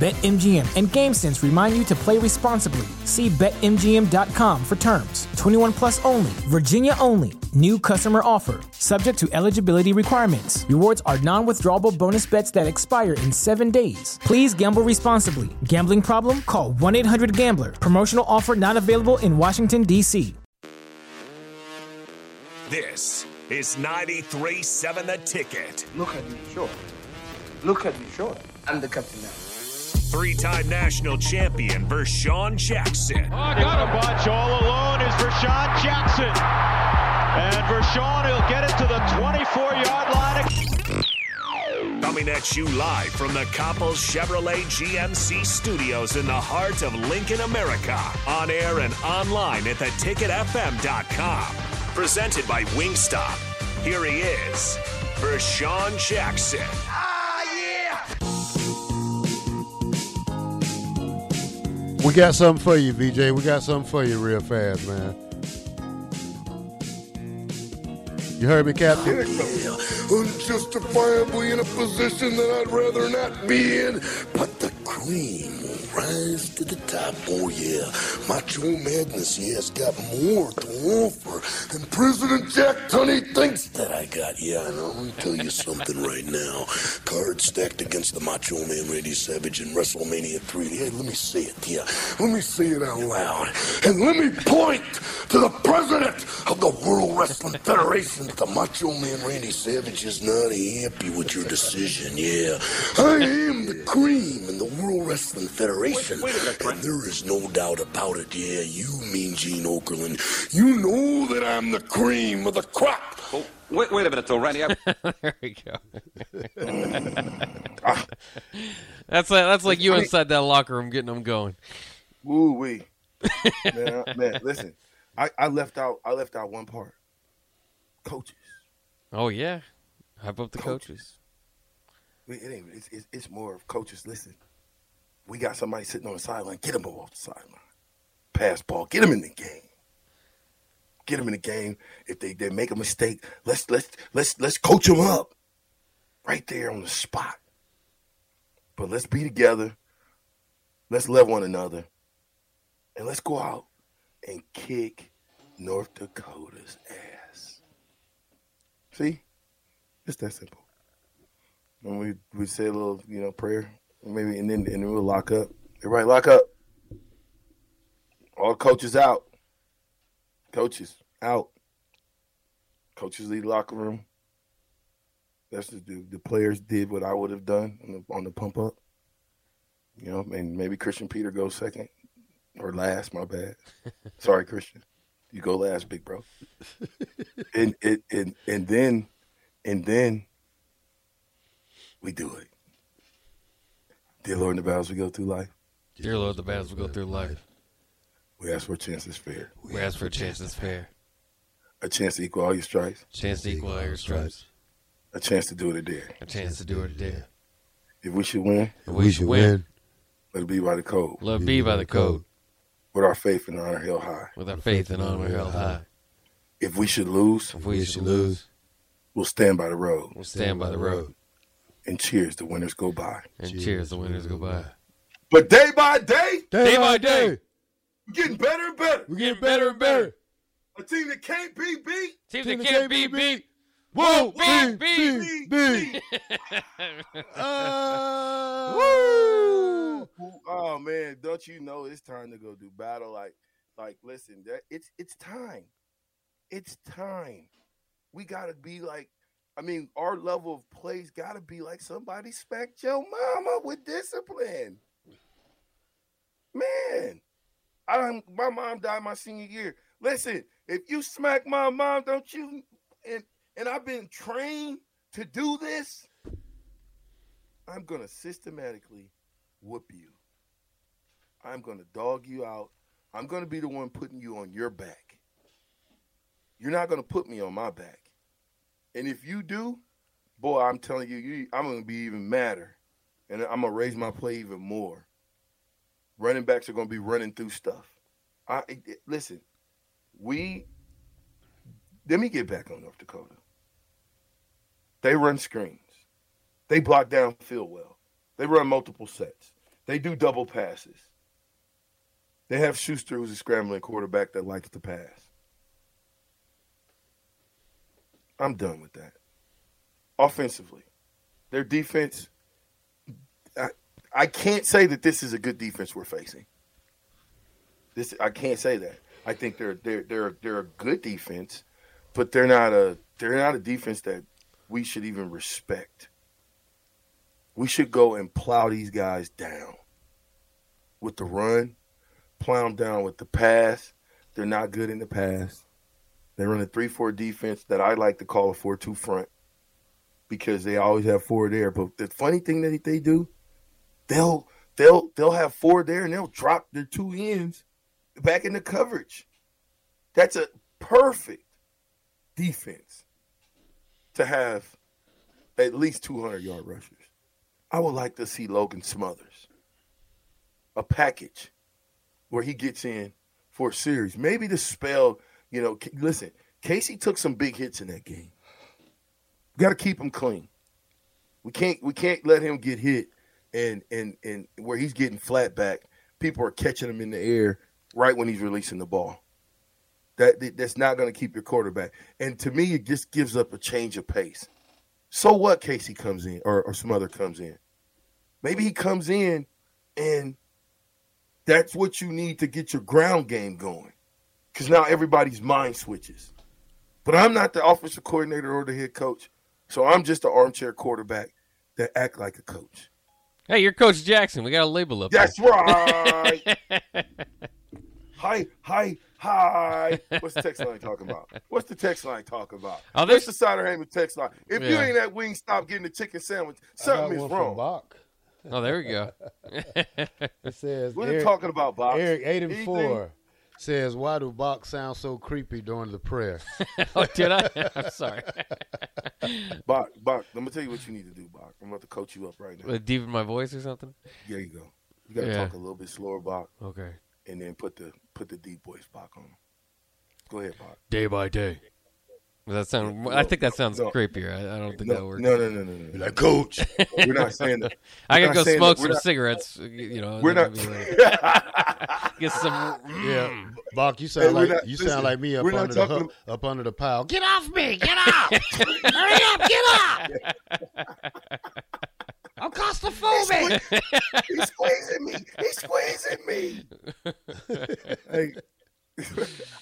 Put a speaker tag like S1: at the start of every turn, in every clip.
S1: BetMGM and GameSense remind you to play responsibly. See BetMGM.com for terms. 21 plus only, Virginia only. New customer offer, subject to eligibility requirements. Rewards are non withdrawable bonus bets that expire in seven days. Please gamble responsibly. Gambling problem? Call 1 800 Gambler. Promotional offer not available in Washington, D.C.
S2: This is 93.7 The Ticket.
S3: Look at me, sure. Look at me, sure. I'm the captain now.
S2: Three-time national champion Vershawn Jackson.
S4: Oh, got a bunch all alone is Vershawn Jackson. And Vershawn, he'll get it to the 24-yard line.
S2: Coming at you live from the Coppel Chevrolet GMC studios in the heart of Lincoln, America. On air and online at theticketfm.com. Presented by Wingstop. Here he is, Vershawn Jackson.
S5: We got something for you, VJ. We got something for you real fast, man. You heard me, Captain?
S6: I'm justifiably in a position that I'd rather not be in. But the cream will rise to the top. Oh, yeah. Macho Madness, yeah, has got more to offer than President Jack Tunney thinks that I got. Yeah, and I'm going to tell you something right now. Cards stacked against the Macho Man Randy Savage in WrestleMania 3. Hey, let me say it, yeah. Let me say it out loud. And let me point to the president of the World Wrestling Federation that the Macho Man Randy Savage is not happy with your decision, yeah. I am the cream in the World Wrestling Federation. and there is no doubt about it, yeah. You mean Gene Okerlund. You know that I'm the cream of the crop.
S7: Wait, wait a minute, though, Randy. I,
S8: There we go. that's like, that's like you inside that locker room getting them going.
S3: Ooh wee. man, I- man, listen. I, I left out I left out one part. Coaches.
S8: Oh yeah, hype up the coaches.
S3: I mean, It ain't, it's, it's, it's more of coaches. Listen, we got somebody sitting on the sideline. Get him off the sideline. Pass ball. Get him in the game. Get him in the game. If they, they make a mistake, let's let's let's let's coach them up, right there on the spot. But let's be together. Let's love one another, and let's go out and kick North Dakota's ass. See, it's that simple and we we say a little, you know, prayer, maybe, and then and then we'll lock up. Everybody, lock up. All coaches out. Coaches out. Coaches lead locker room. That's the the- the players did what I would have done on the, on the pump up. You know, and maybe Christian Peter goes second or last. My bad. Sorry, Christian. You go last, big bro. and it and and then and then we do it. Dear Lord, in the battles we go through life,
S8: Dear Lord, the battles will go through life.
S3: we ask for a chance that's fair,
S8: We ask for a chance that's fair,
S3: a chance to equal all your stripes,
S8: chance to equal all your stripes,
S3: a chance to do it a dare.
S8: a chance to do it there.
S3: If we should win,
S8: We should win.
S3: let it be by the code,
S8: Love be by the code,
S3: with our faith and honor held high.
S8: with our faith and honor held high.
S3: If we should lose,
S8: If we should lose,
S3: we'll stand by the road
S8: we'll stand by the road
S3: and cheers the winners go by.
S8: and cheers the winners go by.
S3: But day by day,
S5: Day by day,
S3: we're getting better and better.
S5: we get better and better.
S3: A team that can't be beat.
S8: Teams
S5: Team
S8: that
S5: that
S8: can't
S5: can't
S8: be
S5: be
S8: beat won't be beat.
S5: B, B. Woo!
S3: Oh man, don't you know it's time to go do battle? Like, like listen, that it's it's time. It's time. We gotta be like, I mean, our level of plays gotta be like somebody smacked your mama with discipline. Man, I done- my mom died my senior year. Listen, if you smack my mom, don't you? And and I've been trained to do this. I'm gonna systematically whoop you. I'm gonna dog you out. I'm gonna be the one putting you on your back. You're not gonna put me on my back. And if you do, boy, I'm telling you, you I'm gonna be even madder, and I'm gonna raise my play even more. Running backs are gonna be running through stuff. I it- it- listen. We let me get back on North Dakota. They run screens. They block downfield well. They run multiple sets. They do double passes. They have Schuster, who's a scrambling quarterback that likes to pass. I'm done with that. Offensively, their defense. I, I can't say that this is a good defense we're facing. This I can't say that. I think they're they're they're they're a good defense, but they're not a they're not a defense that we should even respect. We should go and plow these guys down with the run, plow them down with the pass. They're not good in the pass. They run a three-four defense that I like to call a four-two front because they always have four there. But the funny thing that they do, they'll they'll they'll have four there and they'll drop their two ends back into coverage. That's a perfect defense to have at least 200 yard rushers. I would like to see Logan Smothers a package where he gets in for a series. Maybe the spell, you know, K- listen, Casey took some big hits in that game. We got to keep him clean. We can't we can't let him get hit and and and where he's getting flat back. People are catching him in the air right when he's releasing the ball. That that- that's not going to keep your quarterback. And to me, it just gives up a change of pace. So what? Casey comes in or, or some other comes in. Maybe he comes in, and that's what you need to get your ground game going. Because now everybody's mind switches. But I'm not the offensive coordinator or the head coach, so I'm just an armchair quarterback that act like a coach.
S8: Hey, you're Coach Jackson. We got a label up.
S3: That's right. hi, hi, hi. What's the text line talking about? What's the text line talking about?
S8: Oh,
S3: What's
S8: there's-
S3: the Cider Heyman text line? If you
S8: Yeah.
S3: ain't at Wingstop getting a chicken sandwich,
S5: I got
S3: something
S5: one
S3: is
S5: from
S3: wrong.
S5: Bach.
S8: there. Oh, there we go.
S5: It says
S3: We're
S5: Eric,
S3: talking about box.
S5: Eric eight and
S3: Anything-
S5: four says, "Why do Bach sound so creepy during the prayer?"
S8: Oh, did I? I'm sorry.
S3: Bach, Bach. I'm gonna tell you what you need to do, Bach. I'm about to coach you up right now.
S8: Uh, Deepen my voice or something?
S3: There you go. You gotta
S8: Yeah.
S3: talk a little bit slower, Bach,
S8: Okay.
S3: and then put the put the deep voice Bach on. Go ahead, Bach.
S8: Day by day. Does that sound? I think that sounds
S3: no.
S8: creepier. I, I don't think that
S3: No,
S8: works.
S3: no, no, no, no, no.
S5: like, coach,
S3: We're not saying that.
S8: I
S3: We're
S8: gotta
S3: not
S8: go
S3: saying
S8: smoke
S3: that- we're
S8: some
S3: not-
S8: cigarettes. You know,
S3: We're
S8: that'd
S3: not.
S8: be like- get some.
S5: yeah, Bach, you sound
S3: Hey, we're
S5: like
S3: not-
S5: you
S3: listen,
S5: sound like me up
S3: we're not
S5: under the
S3: talking
S5: hook, up under the pile. Get out!
S9: off me! Get off! Hurry up! Get off! I'm claustrophobic.
S3: He's squeezing me. He's squeezing me. hey,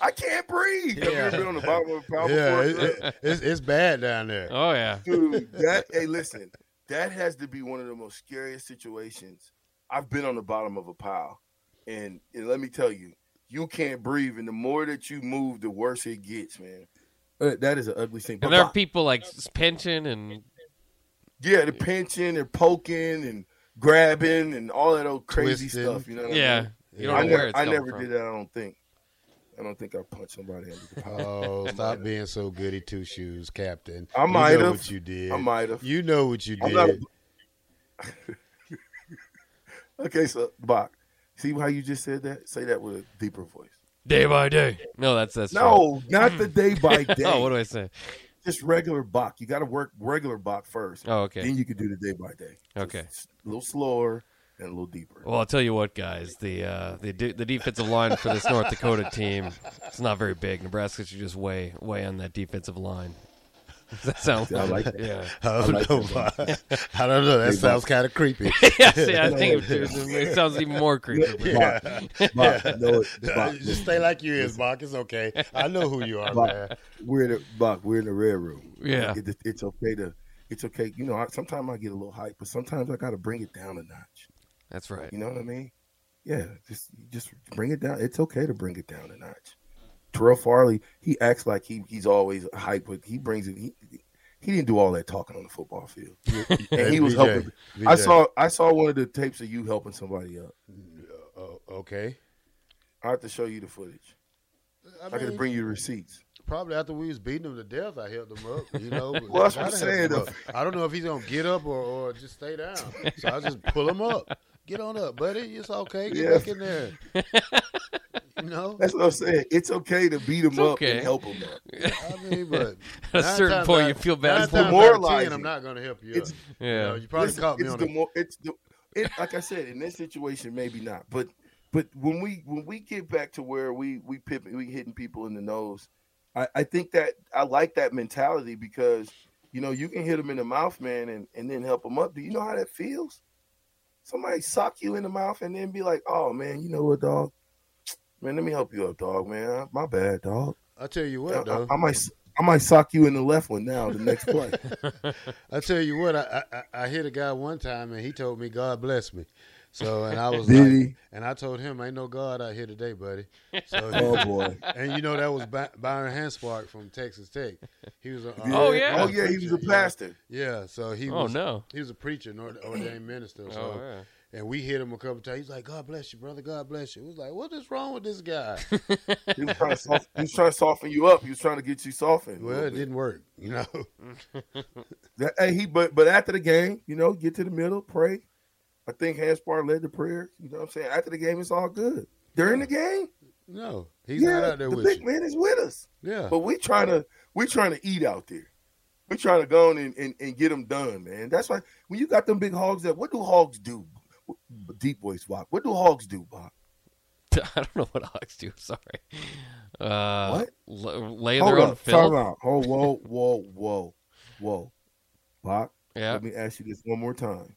S3: I can't breathe. Have you ever been on the bottom of a power
S5: Yeah,
S3: before?
S5: it, it, it's it's bad down there.
S8: Oh yeah.
S3: Dude, that hey, listen, that has to be one of the most scariest situations. I've been on the bottom of a pile, and, and let me tell you, you can't breathe, and the more that you move, the worse it gets, man. Uh, that is an ugly thing.
S8: And there are people like s- pinching and
S3: yeah, they're pinching, they're poking, and grabbing, and all that old crazy
S5: Twisting.
S3: stuff. You know what I
S8: yeah.
S3: mean?
S8: You don't
S3: I
S8: know
S3: never,
S8: where it's
S3: I
S8: coming
S3: never
S8: from.
S3: did that. I don't think. I don't think I punched somebody under the power.
S5: Oh, stop being so goody two shoes, Captain.
S3: I might
S5: you know
S3: have.
S5: what you did.
S3: I might have.
S5: You know what you
S3: I'm not
S5: did.
S3: okay, so Bach, see how you just said that? Say that with a deeper voice. Hmm.
S8: Day by day. No, that's that's right.
S3: No, not the day by day.
S8: Oh, what do I say?
S3: Just regular Bach. You got to work regular Bach first.
S8: Oh, okay.
S3: Then you can do the day by day. Just
S8: Okay.
S3: a little slower and a little deeper.
S8: Well, I'll tell you what, guys. The uh, the de- the defensive line for this North Dakota team, it's not very big. Nebraska should just weigh weigh on that defensive line. Does that sound?
S3: I like that.
S8: Yeah.
S5: I don't know. why. Oh, I don't know. That sounds kind of creepy.
S8: yeah. See, I think it, it sounds even more creepy.
S3: Bach, Bach, no, Bach,
S5: Just stay like you is, Bach. It's okay. I know who you are, man.
S3: Buck, we're in the Buck, we're in the red room.
S8: Yeah.
S3: It- it- it's okay to, it's okay. You know, I, sometimes I get a little hype, but sometimes I got to bring it down a notch.
S8: That's right.
S3: You know what I mean? Yeah, just just bring it down. It's okay to bring it down a notch. Terrell Farley, he acts like he he's always hype, but he brings it. He, he didn't do all that talking on the football field, and he was
S5: VJ,
S3: helping. I
S5: VJ.
S3: saw I saw one of the tapes of you helping somebody up.
S5: Oh, okay.
S3: I have to show you the footage.
S5: I,
S3: I could
S5: mean,
S3: bring you the receipts.
S5: probably after we was beating him to death, I helped him up. You know,
S3: Well, that's what I'm
S5: I
S3: saying,
S5: helped him up. I don't know if he's gonna get up or, or just stay down. So I just pull him up. Get on up, buddy. It's okay. Get
S3: Yeah.
S5: back in there. You know,
S3: That's what I'm saying. It's okay to beat him up
S8: okay.
S3: and help him up.
S5: I mean, but
S8: At a
S5: nine
S8: certain
S5: times
S8: point,
S5: out-
S8: you feel bad
S5: nine
S8: for him.
S5: times out of
S3: Demoralizing.
S5: ten, I'm not gonna help you.
S3: It's-
S5: up.
S8: Yeah.
S5: You, know, you probably
S3: Listen,
S5: caught me
S3: it's
S5: on
S3: the
S5: it.
S3: more it's the it, like I said in this situation maybe not, but but when we when we get back to where we we pip, we hitting people in the nose, I, I think that I like that mentality because you know you can hit them in the mouth, man, and and then help them up. Do you know how that feels? Somebody sock you in the mouth and then be like, oh man, you know what, dog. Man, let me help you up, dog. Man, my bad, dog.
S5: I tell you
S3: I,
S5: what,
S3: I-
S5: though.
S3: I might, I might sock you in the left one now. The next play.
S5: I tell you what, I, I I- I hit a guy one time and he told me God bless me. So and I was
S3: Did
S5: like,
S3: he?
S5: and I told him ain't no God out here today, buddy. So
S3: oh boy.
S5: and you know that was By- Byron Hanspark from Texas Tech. He was a,
S8: Oh, yeah.
S3: Oh yeah, he was a
S5: preacher,
S3: pastor.
S5: Yeah, yeah, so he
S8: Oh,
S5: was
S8: no.
S5: he was a preacher, an ord- ordained minister. So,
S8: Oh, yeah.
S5: and we hit him a couple times. He's like, "God bless you, brother. God bless you." It was like, "What is wrong with this guy?"
S3: He was trying to soften, he was trying to soften you up. He was trying to get you softened. a
S5: well,
S3: little
S5: it
S3: bit.
S5: didn't work, you know.
S3: That- hey, he but but after the game, you know, get to the middle, pray. I think Hanspar led the prayer. You know what I'm saying? After the game, it's all good. During the game,
S5: No, he's
S3: yeah,
S5: not out there
S3: the
S5: with
S3: big
S5: you.
S3: man is with us.
S5: Yeah,
S3: But we trying to we trying to eat out there. We trying to go on and, and, and get them done, man. That's why when you got them big hogs, that what do hogs do? Deep voice, Bob. What do hogs do, Bob?
S8: I don't know what hogs do. Sorry. Uh,
S3: What?
S8: L- lay in
S3: Hold
S8: their own
S3: up, time
S8: filth.
S3: out. Oh, whoa, whoa, whoa, whoa, Bob.
S8: Yeah.
S3: Let me ask you this one more time.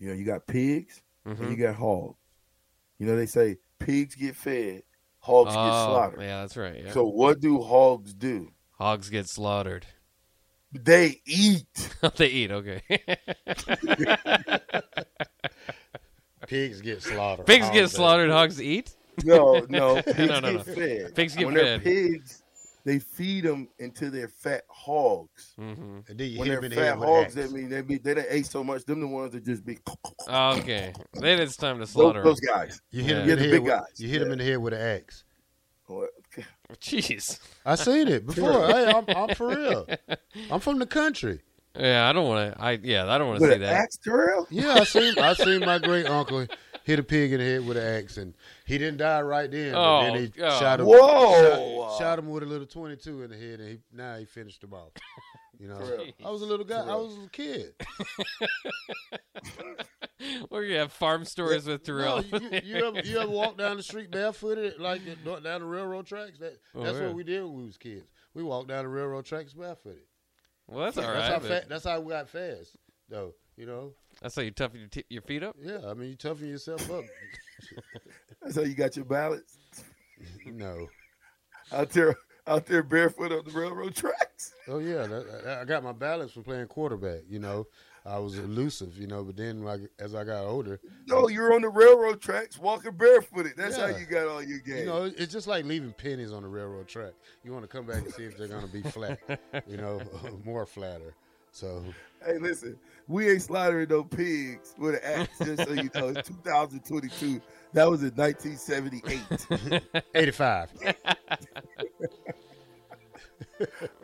S3: You know, you got pigs and
S8: Mhm.
S3: you got hogs. You know, they say pigs get fed, hogs get
S8: Oh,
S3: slaughtered.
S8: Yeah, that's right. Yeah.
S3: So what do hogs do?
S8: hogs get slaughtered.
S3: They eat.
S8: they eat. Okay.
S5: pigs get slaughtered.
S8: Pigs
S3: Oh,
S5: all day.
S8: get slaughtered. Hogs eat.
S3: No, no, pigs
S8: No, no,
S3: get
S8: no.
S3: fed.
S8: Pigs get
S3: when they're
S8: fed.
S3: pigs, they feed them into their fat hogs.
S8: hmm
S5: And then you
S3: When
S5: hit
S3: they're
S5: him in the
S3: fat
S5: head with an
S3: hogs, that
S5: axe.
S3: mean they be they done ate so much. Them the ones that just be
S8: Okay. Then it's time to
S3: those,
S8: slaughter. 'em.
S3: those guys.
S5: You hit
S8: Yeah.
S5: him
S8: Yeah,
S5: in the,
S3: the
S5: head
S3: big
S5: with,
S3: guys.
S5: You hit him in the head with an axe.
S8: Jeez.
S5: I seen it before. hey, I'm, I'm for real. I'm from the country.
S8: Yeah, I don't want to. I yeah, I don't want to
S3: With
S8: see
S3: an
S8: that.
S3: axe, Terrell?
S5: Yeah, I seen I seen my great uncle hit a pig in the head with an axe, and he didn't die right then. but
S8: Oh,
S5: then he
S8: God.
S5: shot him.
S3: Whoa.
S5: Shot, shot him with a little twenty two in the head, and he, now he finished him off. You know,
S3: Correct.
S5: I was a little guy. I
S3: Correct.
S5: was a kid.
S8: We're gonna have farm stories with
S5: No,
S8: Terrell.
S5: you, you, you ever you ever walk down the street barefooted, like down the railroad tracks? That
S8: Oh,
S5: that's
S8: yeah.
S5: what we did when we was kids. We walked down the railroad tracks barefooted.
S8: well, that's all
S5: that's
S8: right.
S5: how
S8: but
S5: fa- that's how we got fast, though. You know,
S8: that's how you toughen your, t- your feet up.
S5: yeah. I mean, you toughen yourself up.
S3: That's how you got your balance
S5: no.
S3: out there, out there barefoot on the railroad tracks.
S5: Oh yeah, that, I- I got my balance from playing quarterback. You know, I was elusive. You know, but then like, as I got older,
S3: No, you're on the railroad tracks walking barefooted. That's how
S5: Yeah.
S3: you got all your game.
S5: you know, it's just like leaving pennies on the railroad track. You want to come back and see if they're gonna be flat. You know, more flatter. So
S3: hey, listen, we ain't slaughtering no pigs with an axe. Just so you know, it's 2022. That was in 1978.
S5: eighty-five.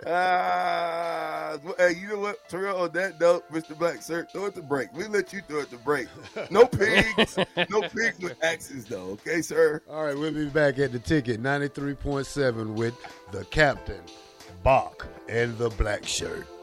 S3: Ah, hey, you know what, Terrell? On that note, Mr. Black, sir, throw it to break. We let you throw it to break. No pigs, no pigs with axes, though. Okay, sir.
S5: All right, we'll be back at the ticket ninety-three point seven with the captain, Bach, and the black shirt.